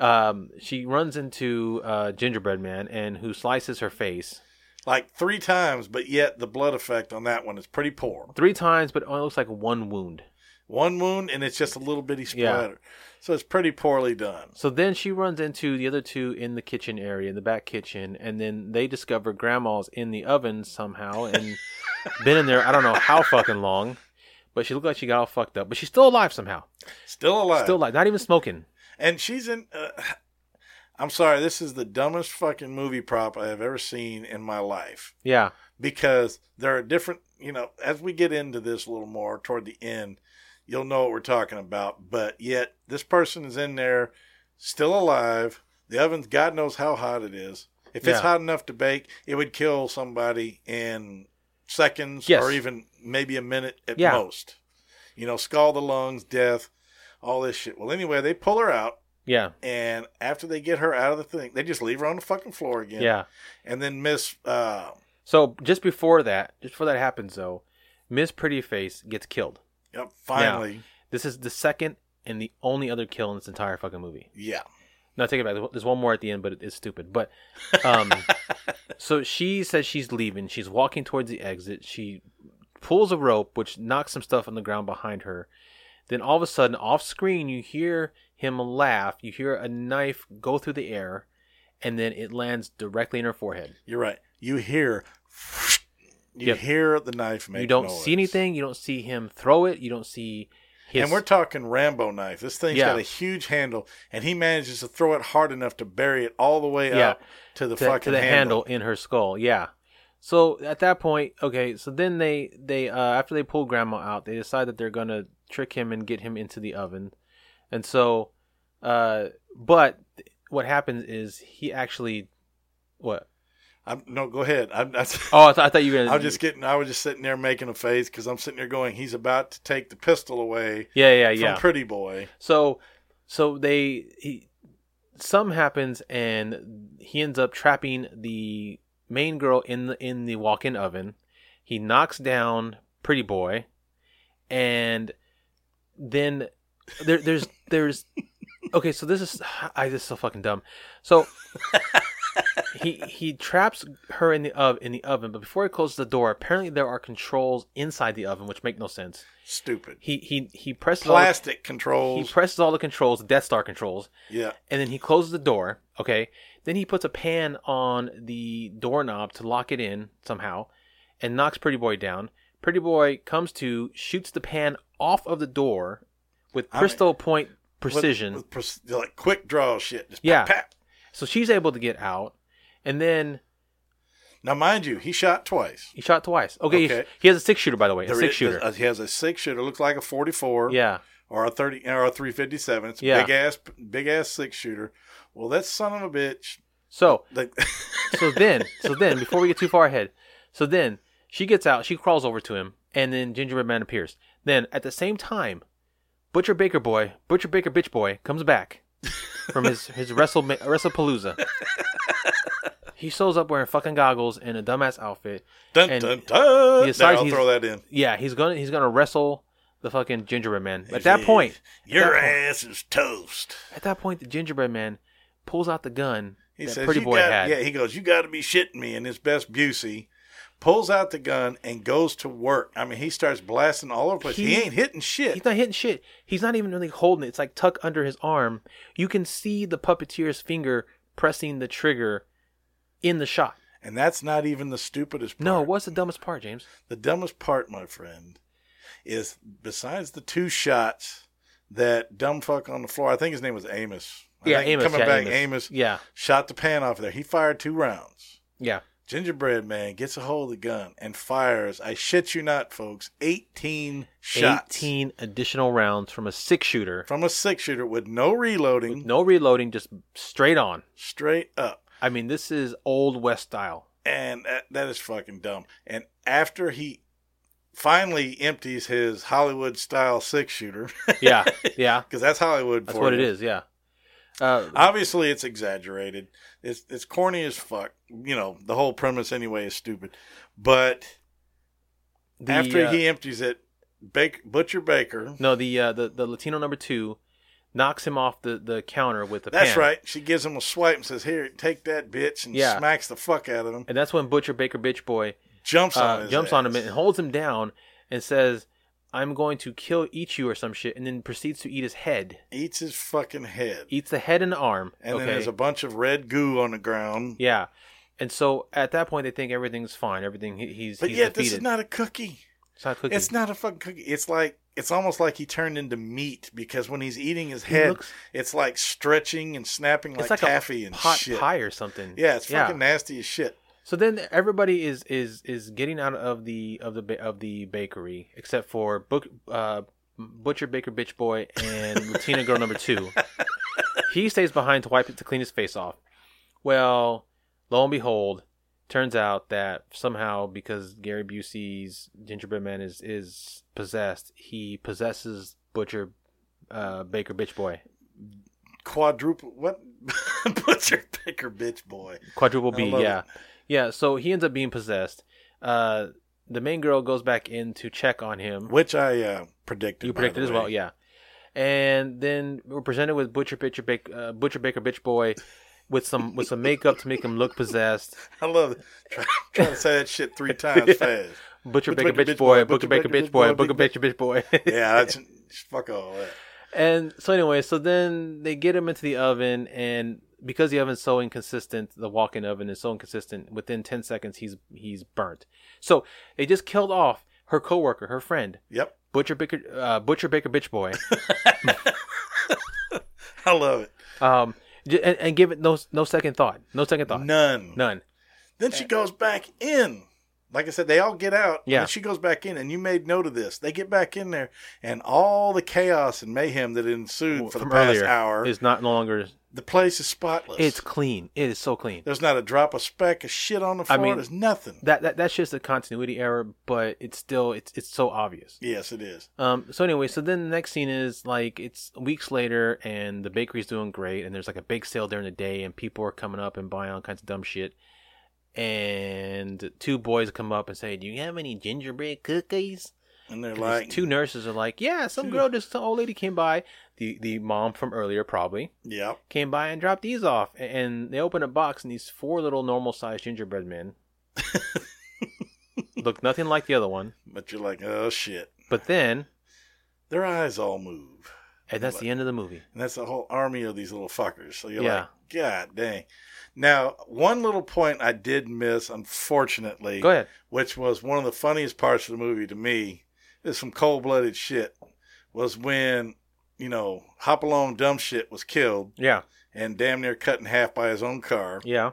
Speaker 7: um, she runs into uh, Gingerbread Man, and who slices her face
Speaker 6: like three times, but yet the blood effect on that one is pretty poor.
Speaker 7: three times, but it only looks like one wound.
Speaker 6: One wound, and it's just a little bitty
Speaker 7: Yeah.
Speaker 6: splatter. So it's pretty poorly done.
Speaker 7: So then she runs into the other two in the kitchen area, in the back kitchen, and then they discover Grandma's in the oven somehow and been in there I don't know how fucking long, but she looked like she got all fucked up, but she's still alive somehow,
Speaker 6: Still alive.
Speaker 7: still alive, not even smoking.
Speaker 6: And she's in. Uh, I'm sorry, this is the dumbest fucking movie prop I have ever seen in my life.
Speaker 7: Yeah,
Speaker 6: because there are different, you know, as we get into this a little more toward the end, you'll know what we're talking about. But yet, this person is in there, still alive. The oven's God knows how hot it is. If it's
Speaker 7: Yeah.
Speaker 6: hot enough to bake, it would kill somebody in seconds
Speaker 7: Yes.
Speaker 6: or even maybe a minute at
Speaker 7: Yeah.
Speaker 6: most. You know, skull the lungs, death, all this shit. Well, anyway, they pull her out.
Speaker 7: yeah,
Speaker 6: And after they get her out of the thing, they just leave her on the fucking floor again.
Speaker 7: Yeah.
Speaker 6: And then Miss uh,
Speaker 7: So just before that, just before that happens though, Miss Prettyface gets killed.
Speaker 6: Yep,
Speaker 7: Now,
Speaker 6: finally.
Speaker 7: this is the second and the only other kill in this entire fucking movie.
Speaker 6: Yeah.
Speaker 7: No, take it back. There's one more at the end, but it is stupid. But um, so she says she's leaving. She's walking towards the exit. She pulls a rope, which knocks some stuff on the ground behind her. Then all of a sudden, off screen, you hear him laugh. You hear a knife go through the air, and then it lands directly in her forehead.
Speaker 6: You're right. You hear, you
Speaker 7: Yep.
Speaker 6: hear the knife make.
Speaker 7: you don't
Speaker 6: noise.
Speaker 7: see anything. You don't see him throw it. You don't see his.
Speaker 6: And we're talking Rambo knife. This thing's
Speaker 7: Yeah.
Speaker 6: got a huge handle, and he manages to throw it hard enough to bury it all the way
Speaker 7: Yeah.
Speaker 6: up to the
Speaker 7: to,
Speaker 6: fucking
Speaker 7: to the handle. in her skull. Yeah. So at that point, okay. So then they they uh, after they pull Grandma out, they decide that they're gonna trick him and get him into the oven, and so, uh, but what happens is he actually, what?
Speaker 6: I'm, no, go ahead. I'm, I,
Speaker 7: Oh, I, th- I thought you were. Gonna,
Speaker 6: I'm just getting. I was just sitting there making a face because I'm sitting there going, "He's about to take the pistol away."
Speaker 7: Yeah, yeah,
Speaker 6: from
Speaker 7: Uh, yeah.
Speaker 6: Pretty boy.
Speaker 7: So, so they he, some happens, and he ends up trapping the main girl in the in the walk-in oven. He knocks down Pretty Boy, and then there there's there's okay. So this is I this is so fucking dumb. So. He he traps her in the ov- in the oven, but before he closes the door, apparently there are controls inside the oven, which make no sense.
Speaker 6: Stupid
Speaker 7: He he he presses all the-
Speaker 6: plastic
Speaker 7: he
Speaker 6: controls.
Speaker 7: presses all the controls, the Death Star controls,
Speaker 6: yeah,
Speaker 7: and then he closes the door. Okay. Then he puts a pan on the doorknob to lock it in somehow and knocks Pretty Boy down. Pretty Boy comes to, shoots the pan off of the door with
Speaker 6: I mean,
Speaker 7: crystal point precision.
Speaker 6: With, with pre- like quick draw shit. Just
Speaker 7: yeah.
Speaker 6: yeah. Pat, pat.
Speaker 7: So she's able to get out, and then.
Speaker 6: Now, mind you, he shot twice.
Speaker 7: He shot twice. Okay, he-
Speaker 6: Okay.
Speaker 7: He, has a six shooter, by the way, a
Speaker 6: There
Speaker 7: six
Speaker 6: is-
Speaker 7: shooter.
Speaker 6: uh, He has a six shooter. Looks like a forty-four.
Speaker 7: Yeah.
Speaker 6: Or a thirty or a three fifty-seven. It's a
Speaker 7: Yeah.
Speaker 6: big ass, big ass six shooter. Well, that son of a bitch.
Speaker 7: So,
Speaker 6: Like,
Speaker 7: so then, so then, before we get too far ahead, so then she gets out, she crawls over to him, and then Gingerbread Man appears. Then at the same time, Butcher Baker Boy, Butcher Baker Bitch Boy comes back from his his wrestle wrestlepalooza. He shows up wearing fucking goggles and a dumbass outfit.
Speaker 6: Dun,
Speaker 7: and
Speaker 6: dun, dun.
Speaker 7: he decides
Speaker 6: There, I'll
Speaker 7: he's-
Speaker 6: throw that in.
Speaker 7: Yeah, he's gonna he's gonna wrestle the fucking gingerbread man. At that point, at
Speaker 6: your
Speaker 7: that point-
Speaker 6: ass is toast.
Speaker 7: at that point, the gingerbread man pulls out the gun
Speaker 6: He
Speaker 7: that
Speaker 6: says,
Speaker 7: Pretty
Speaker 6: "You
Speaker 7: Boy
Speaker 6: got-
Speaker 7: had.
Speaker 6: Yeah, he goes, "You got to be shitting me!" In his best Busey, pulls out the gun and goes to work. I mean, he starts blasting all over the place. He, ain't hitting shit.
Speaker 7: He's not hitting shit. He's not even really holding it. It's like tucked under his arm. You can see the puppeteer's finger pressing the trigger in the shot.
Speaker 6: And that's not even the stupidest part.
Speaker 7: No, what's the dumbest part, James?
Speaker 6: The dumbest part, my friend, is besides the two shots that dumb fuck on the floor. I think his name was Amos. I
Speaker 7: Yeah,
Speaker 6: think
Speaker 7: Amos,
Speaker 6: Coming
Speaker 7: yeah,
Speaker 6: back,
Speaker 7: Amos.
Speaker 6: Yeah, shot the pan off there. He fired two rounds.
Speaker 7: Yeah.
Speaker 6: Gingerbread man gets a hold of the gun and fires. I shit you not, folks. Eighteen shots
Speaker 7: 18 additional rounds from a six shooter.
Speaker 6: from a six shooter with no reloading,
Speaker 7: No reloading, just straight on.
Speaker 6: straight up.
Speaker 7: I mean, this is old West style.
Speaker 6: and that, that is fucking dumb. And after he finally empties his Hollywood style six shooter,
Speaker 7: Yeah, yeah.
Speaker 6: because that's Hollywood.
Speaker 7: That's
Speaker 6: for
Speaker 7: what
Speaker 6: you.
Speaker 7: it is, yeah. Uh,
Speaker 6: Obviously, it's exaggerated. It's it's corny as fuck. You know, the whole premise anyway is stupid. But
Speaker 7: The,
Speaker 6: after
Speaker 7: uh,
Speaker 6: he empties it, Baker, Butcher Baker.
Speaker 7: no, the, uh, the the Latino number two knocks him off the, the counter with the
Speaker 6: That's
Speaker 7: pan.
Speaker 6: right. She gives him a swipe and says, "Here, take that bitch," and
Speaker 7: Yeah.
Speaker 6: smacks the fuck out of him.
Speaker 7: And that's when Butcher Baker Bitch Boy
Speaker 6: Jumps on his
Speaker 7: Uh, jumps on him
Speaker 6: ass.
Speaker 7: and holds him down and says, "I'm going to kill eat you or some shit," and then proceeds to eat his head.
Speaker 6: Eats his fucking head.
Speaker 7: Eats the head and arm.
Speaker 6: And
Speaker 7: okay?
Speaker 6: then there's a bunch of red goo on the ground.
Speaker 7: yeah. And so at that point, they think everything's fine. Everything he, he's
Speaker 6: But
Speaker 7: he's
Speaker 6: yet,
Speaker 7: defeated.
Speaker 6: this is not a cookie.
Speaker 7: it's not cooking.
Speaker 6: It's not a fucking cookie. It's like it's almost like he turned into meat because when he's eating his head,
Speaker 7: looks-
Speaker 6: it's like stretching and snapping like,
Speaker 7: It's like a
Speaker 6: taffy and
Speaker 7: pot
Speaker 6: shit.
Speaker 7: pie or something.
Speaker 6: Yeah, it's
Speaker 7: Yeah.
Speaker 6: fucking nasty as shit.
Speaker 7: So then everybody is is is getting out of the of the ba- of the bakery except for book uh, butcher baker bitch boy and Latina girl number two. He stays behind to wipe it to clean his face off. Well, lo and behold, turns out that somehow because Gary Busey's gingerbread man is is possessed, he possesses butcher uh, baker bitch boy
Speaker 6: Quadruple what? Butcher picker bitch boy.
Speaker 7: quadruple
Speaker 6: I
Speaker 7: B.
Speaker 6: love
Speaker 7: Yeah,
Speaker 6: it.
Speaker 7: yeah. So he ends up being possessed. Uh, the main girl goes back in to check on him.
Speaker 6: which I uh, predicted.
Speaker 7: You
Speaker 6: by
Speaker 7: predicted
Speaker 6: the
Speaker 7: as well,
Speaker 6: way.
Speaker 7: yeah. And then we're presented with Butcher Bitcher Bake, uh, Butcher Baker Bitch Boy with some with some makeup to make him look possessed.
Speaker 6: I love it. Try, try to say that shit three times fast.
Speaker 7: Butcher Baker Bitch Boy, Butcher Baker Bitch Boy, Butcher
Speaker 6: Bitch-
Speaker 7: Baker Bitch Boy.
Speaker 6: Yeah, that's fuck all that.
Speaker 7: And so anyway, so then they get him into the oven, and because the oven's so inconsistent, the walk-in oven is so inconsistent. Within ten seconds, he's he's burnt. So they just killed off her coworker, her friend.
Speaker 6: Yep.
Speaker 7: Butcher Baker, uh, Butcher Baker, bitch boy.
Speaker 6: I love it.
Speaker 7: um, j- and, and give it no no second thought, no second thought,
Speaker 6: None.
Speaker 7: none.
Speaker 6: Then she goes back in. Like I said, they all get out.
Speaker 7: Yeah.
Speaker 6: And then she goes back in, and you made note of this. They get back in there, and all the chaos and mayhem that ensued for the
Speaker 7: From
Speaker 6: past
Speaker 7: earlier
Speaker 6: hour,
Speaker 7: is not no longer.
Speaker 6: the place is spotless.
Speaker 7: It's clean. It is so clean.
Speaker 6: There's not a drop of speck of shit on the
Speaker 7: I
Speaker 6: floor.
Speaker 7: mean-
Speaker 6: There's nothing.
Speaker 7: That, that that's just a continuity error, but it's still it's it's so obvious.
Speaker 6: Yes, it is.
Speaker 7: Um, so anyway, so then the next scene is like it's weeks later and the bakery's doing great and there's like a bake sale during the day and people are coming up and buying all kinds of dumb shit. And two boys come up and say, "Do you have any gingerbread cookies?"
Speaker 6: And they're
Speaker 7: And these
Speaker 6: like,
Speaker 7: two nurses are like, "Yeah, some girl, just some old lady came by, the the mom from earlier probably
Speaker 6: yep.
Speaker 7: came by and dropped these off." A- And they open a box and these four little normal sized gingerbread men look nothing like the other one.
Speaker 6: But you're like, oh shit.
Speaker 7: But then,
Speaker 6: Their eyes all move.
Speaker 7: and that's the end of the movie.
Speaker 6: And that's a whole army of these little fuckers. So you're
Speaker 7: Yeah.
Speaker 6: like, God dang. Now, one little point I did miss, unfortunately.
Speaker 7: Go ahead.
Speaker 6: Which was one of the funniest parts of the movie to me. Is some cold blooded shit. Was when, you know, Hopalong Dumb Shit was killed
Speaker 7: Yeah.
Speaker 6: and damn near cut in half by his own car.
Speaker 7: Yeah.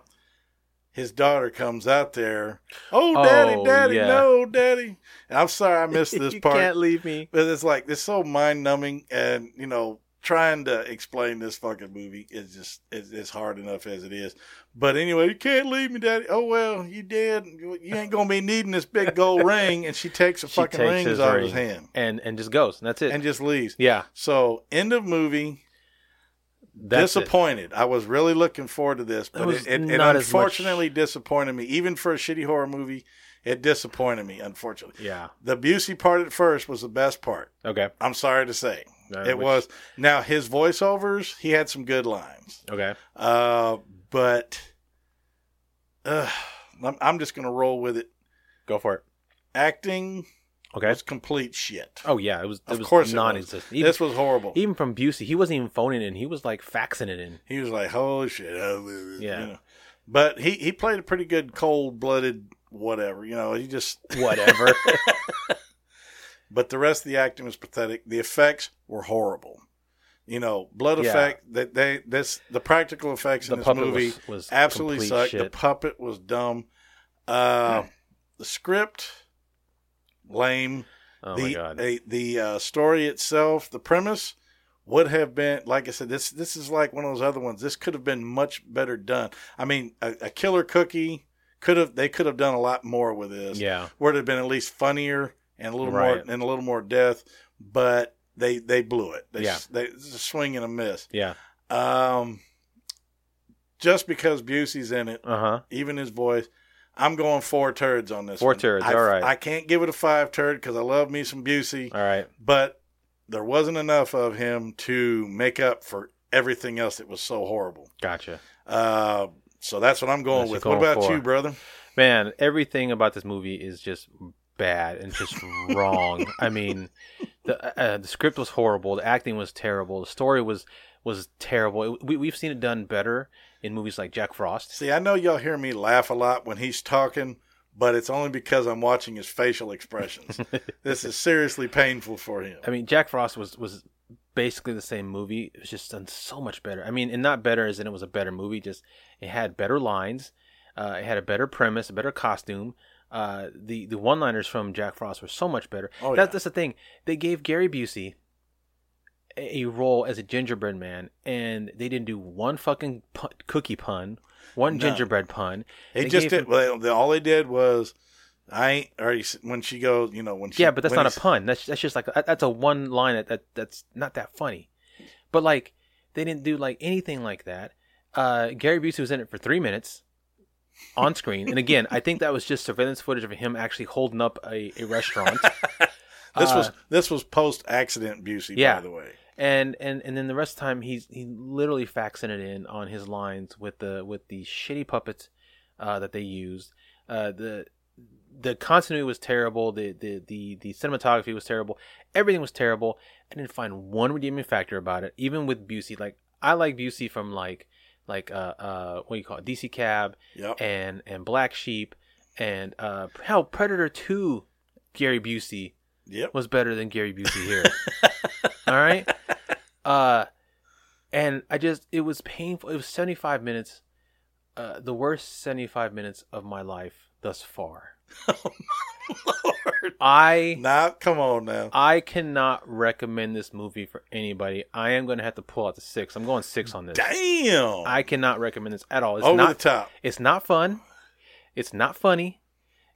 Speaker 6: His daughter comes out there. Oh, daddy,
Speaker 7: Oh,
Speaker 6: daddy,
Speaker 7: yeah.
Speaker 6: no, daddy. And I'm sorry I missed this
Speaker 7: You
Speaker 6: part.
Speaker 7: can't leave me.
Speaker 6: But it's like it's so mind numbing, and you know, trying to explain this fucking movie is just it's, it's hard enough as it is. But anyway, you can't leave me, Daddy. Oh well, you did. You you ain't gonna be needing this big gold ring. And she takes the
Speaker 7: She
Speaker 6: fucking
Speaker 7: takes
Speaker 6: rings
Speaker 7: his
Speaker 6: out of
Speaker 7: ring
Speaker 6: his hand
Speaker 7: and and just goes. And that's it.
Speaker 6: and just leaves.
Speaker 7: yeah.
Speaker 6: So end of movie.
Speaker 7: That's it.
Speaker 6: disappointed. I was really looking forward to this, but
Speaker 7: was
Speaker 6: it, it, it
Speaker 7: not as much-
Speaker 6: unfortunately disappointed me. Even for a shitty horror movie, it disappointed me. Unfortunately,
Speaker 7: Yeah.
Speaker 6: the Busey part at first was the best part.
Speaker 7: Okay.
Speaker 6: I'm sorry to say.
Speaker 7: Uh,
Speaker 6: it
Speaker 7: which-
Speaker 6: was. Now, his voiceovers, he had some good lines.
Speaker 7: Okay.
Speaker 6: Uh, but uh, I'm, I'm just going to roll with it.
Speaker 7: Go for it.
Speaker 6: Acting
Speaker 7: Okay.
Speaker 6: was complete shit.
Speaker 7: Oh yeah, it was. It
Speaker 6: Of
Speaker 7: was
Speaker 6: course it was.
Speaker 7: non-existent.
Speaker 6: This was horrible.
Speaker 7: Even from Busey, he wasn't even phoning in. He was like faxing it in.
Speaker 6: He was like, holy shit. uh, uh,
Speaker 7: Yeah.
Speaker 6: you know. But he, he played a pretty good cold blooded whatever. You know, he just.
Speaker 7: Whatever.
Speaker 6: but the rest of the acting was pathetic. The effects were horrible. You know, blood
Speaker 7: Yeah.
Speaker 6: effect that they this the practical effects
Speaker 7: The
Speaker 6: in this
Speaker 7: puppet
Speaker 6: movie
Speaker 7: was- was
Speaker 6: absolutely
Speaker 7: complete
Speaker 6: sucked. The
Speaker 7: shit.
Speaker 6: puppet was dumb. Uh, The script lame.
Speaker 7: Oh,
Speaker 6: the,
Speaker 7: my God.
Speaker 6: The, the uh, story itself, the premise would have been like I said. This this is like one of those other ones. This could have been much better done. I mean, a, a killer cookie could have they could have done a lot more with this.
Speaker 7: Yeah.
Speaker 6: where it had been at least funnier and a little
Speaker 7: Right.
Speaker 6: more and a little more death, but they they blew it. They,
Speaker 7: Yeah.
Speaker 6: they it's a swing and a miss.
Speaker 7: yeah.
Speaker 6: Um, just because Busey's in it,
Speaker 7: Uh huh.
Speaker 6: even his voice. I'm going four turds on this.
Speaker 7: Four
Speaker 6: one.
Speaker 7: turds,
Speaker 6: I,
Speaker 7: all right.
Speaker 6: I can't give it a five turd because I love me some Busey,
Speaker 7: All right.
Speaker 6: but there wasn't enough of him to make up for everything else that was so horrible.
Speaker 7: Gotcha.
Speaker 6: Uh, so that's what I'm going
Speaker 7: That's
Speaker 6: with.
Speaker 7: what you're
Speaker 6: what
Speaker 7: going
Speaker 6: about
Speaker 7: for.
Speaker 6: you, brother?
Speaker 7: Man, everything about this movie is just bad and just wrong. I mean, the uh, the script was horrible. The acting was terrible. The story was was terrible. It, we we've seen it done better in movies like Jack Frost.
Speaker 6: See, I know y'all hear me laugh a lot when he's talking, but it's only because I'm watching his facial expressions. this is seriously painful for him.
Speaker 7: I mean, Jack Frost was was basically the same movie. It was just done so much better. I mean, and not better as in it was a better movie. Just it had better lines. Uh, it had a better premise, a better costume. Uh, the the one liners from Jack Frost were so much better.
Speaker 6: Oh,
Speaker 7: That-
Speaker 6: yeah.
Speaker 7: That's the thing. They gave Gary Busey a a role as a gingerbread man, and they didn't do one fucking pu- cookie pun, one
Speaker 6: None.
Speaker 7: gingerbread pun.
Speaker 6: They,
Speaker 7: They
Speaker 6: just
Speaker 7: gave
Speaker 6: did.
Speaker 7: him-
Speaker 6: well, the, all they did was, I ain't. Or he s- when she goes, you know, when she,
Speaker 7: yeah, but that's
Speaker 6: when
Speaker 7: not
Speaker 6: he s-
Speaker 7: a pun. That's that's just like that- that's a one line that, that that's not that funny. But like they didn't do like anything like that. Uh, Gary Busey was in it for three minutes on screen, and again, I think that was just surveillance footage of him actually holding up a, a restaurant.
Speaker 6: This
Speaker 7: Uh,
Speaker 6: was this was post accident Busey, by
Speaker 7: Yeah.
Speaker 6: the way.
Speaker 7: and and and then the rest of the time he's he literally faxing it in on his lines with the with the shitty puppets uh, that they used. Uh, the the continuity was terrible. The, the the the cinematography was terrible. Everything was terrible. I didn't find one redeeming factor about it. Even with Busey, like I like Busey from like like uh uh what do you call it DC Cab
Speaker 6: Yep.
Speaker 7: and and Black Sheep and uh hell Predator Two Gary Busey
Speaker 6: Yep.
Speaker 7: was better than Gary Busey here. All right. Uh, and I just it was painful. It was seventy five minutes, uh, the worst seventy five minutes of my life thus far. I
Speaker 6: Now, come on now.
Speaker 7: I cannot recommend this movie for anybody. I am going to have to pull out the six. I'm going six on this.
Speaker 6: Damn.
Speaker 7: I cannot recommend this at all. It's
Speaker 6: Oh. Over
Speaker 7: not
Speaker 6: the top.
Speaker 7: It's not fun. It's not funny.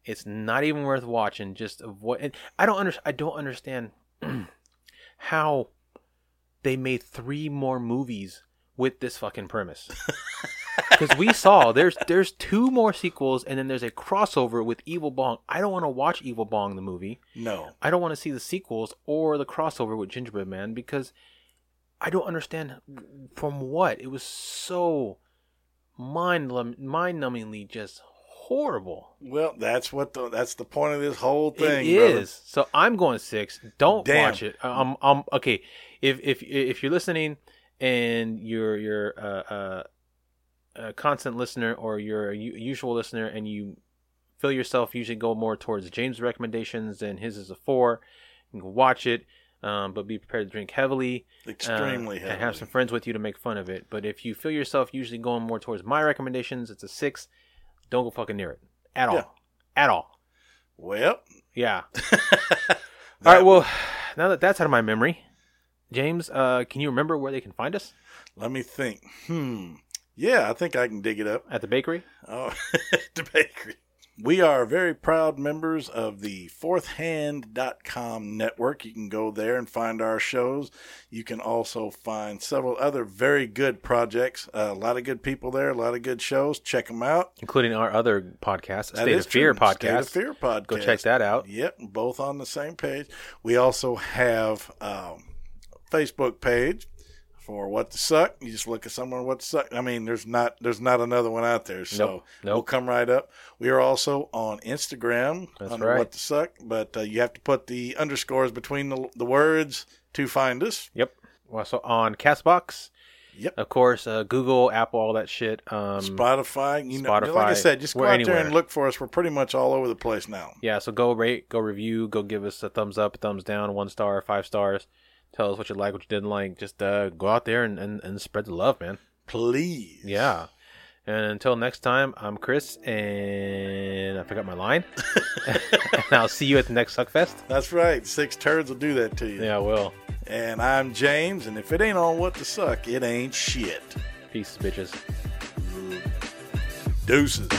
Speaker 7: It's not even worth watching. Just avoid. And I don't under, I don't understand how they made three more movies with this fucking premise. Because we saw there's there's two more sequels and then there's a crossover with Evil Bong. I don't want to watch Evil Bong the movie.
Speaker 6: No.
Speaker 7: I don't want to see the sequels or the crossover with Gingerbread Man because I don't understand from what it was so mind mind numbingly just horrible.
Speaker 6: Well, that's what the that's the point of this whole thing.
Speaker 7: it
Speaker 6: brother.
Speaker 7: is so. I'm going six. Don't
Speaker 6: Damn.
Speaker 7: watch it. I'm I'm okay. If if if you're listening and you're you're uh, uh a constant listener or you're a u- usual listener and you feel yourself usually go more towards James' recommendations than his is a four, you can watch it, um, but be prepared to drink heavily, uh,
Speaker 6: Extremely
Speaker 7: and have some friends with you to make fun of it. But if you feel yourself usually going more towards my recommendations, it's a six. Don't go fucking near it at all,
Speaker 6: Yeah.
Speaker 7: at all.
Speaker 6: Well,
Speaker 7: Yeah. all right. Well, now that that's out of my memory, James, uh, can you remember where they can find us?
Speaker 6: Let me think. Hmm. Yeah, I think I can dig it up.
Speaker 7: At the bakery?
Speaker 6: Oh, the bakery. We are very proud members of the fourthhand.com network. You can go there and find our shows. You can also find several other very good projects. Uh, a lot of good people there, a lot of good shows. Check them out.
Speaker 7: Including our other podcast,
Speaker 6: That
Speaker 7: State
Speaker 6: is
Speaker 7: of Fear
Speaker 6: true.
Speaker 7: podcast.
Speaker 6: State of Fear podcast.
Speaker 7: Go check that out.
Speaker 6: Yep, both on the same page. We also have um, Facebook page for What to Suck. You just look at someone What to Suck. I mean, there's not there's not another one out there, so
Speaker 7: Nope,
Speaker 6: we'll come right up. We are also on Instagram
Speaker 7: That's
Speaker 6: under
Speaker 7: right.
Speaker 6: What to Suck, but uh, you have to put the underscores between the the words to find us.
Speaker 7: Yep. We're also on Castbox.
Speaker 6: Yep.
Speaker 7: Of course, uh, Google, Apple, all that shit. Um,
Speaker 6: Spotify, you know, like I said, just go
Speaker 7: We're
Speaker 6: out
Speaker 7: anywhere.
Speaker 6: there and look for us. We're pretty much all over the place now.
Speaker 7: Yeah, so go rate, go review, go give us a thumbs up, thumbs down, one star, five stars. Tell us what you like, what you didn't like. Just uh, go out there and, and, and spread the love, man.
Speaker 6: Please.
Speaker 7: Yeah. And until next time, I'm Chris, and I forgot my line. and I'll see you at the next Suckfest.
Speaker 6: That's right. Six turds will do that to you.
Speaker 7: Yeah, I will.
Speaker 6: And I'm James, and if it ain't on what to suck, it ain't shit.
Speaker 7: Peace, bitches.
Speaker 6: Deuces.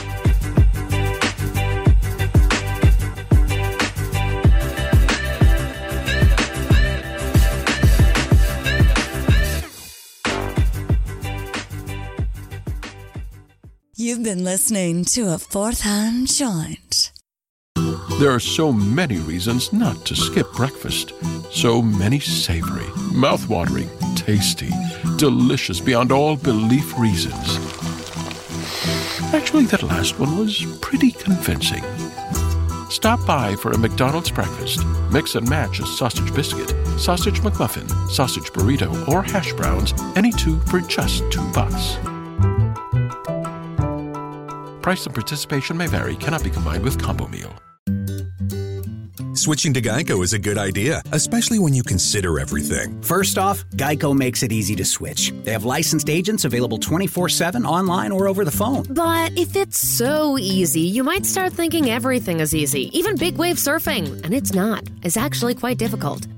Speaker 3: You've been listening to a fourth hand joint.
Speaker 2: There are so many reasons not to skip breakfast. So many savory, mouthwatering, tasty, delicious beyond all belief reasons. Actually, that last one was pretty convincing. Stop by for a McDonald's breakfast. Mix and match a sausage biscuit, sausage McMuffin, sausage burrito, or hash browns, any two for just two bucks. Price and participation may vary, cannot be combined with combo meal.
Speaker 16: Switching to Geico is a good idea, especially when you consider everything.
Speaker 17: First off, Geico makes it easy to switch. They have licensed agents available 24 7 online or over the phone.
Speaker 18: But if it's so easy, you might start thinking everything is easy, even big wave surfing. And it's not, it's actually quite difficult.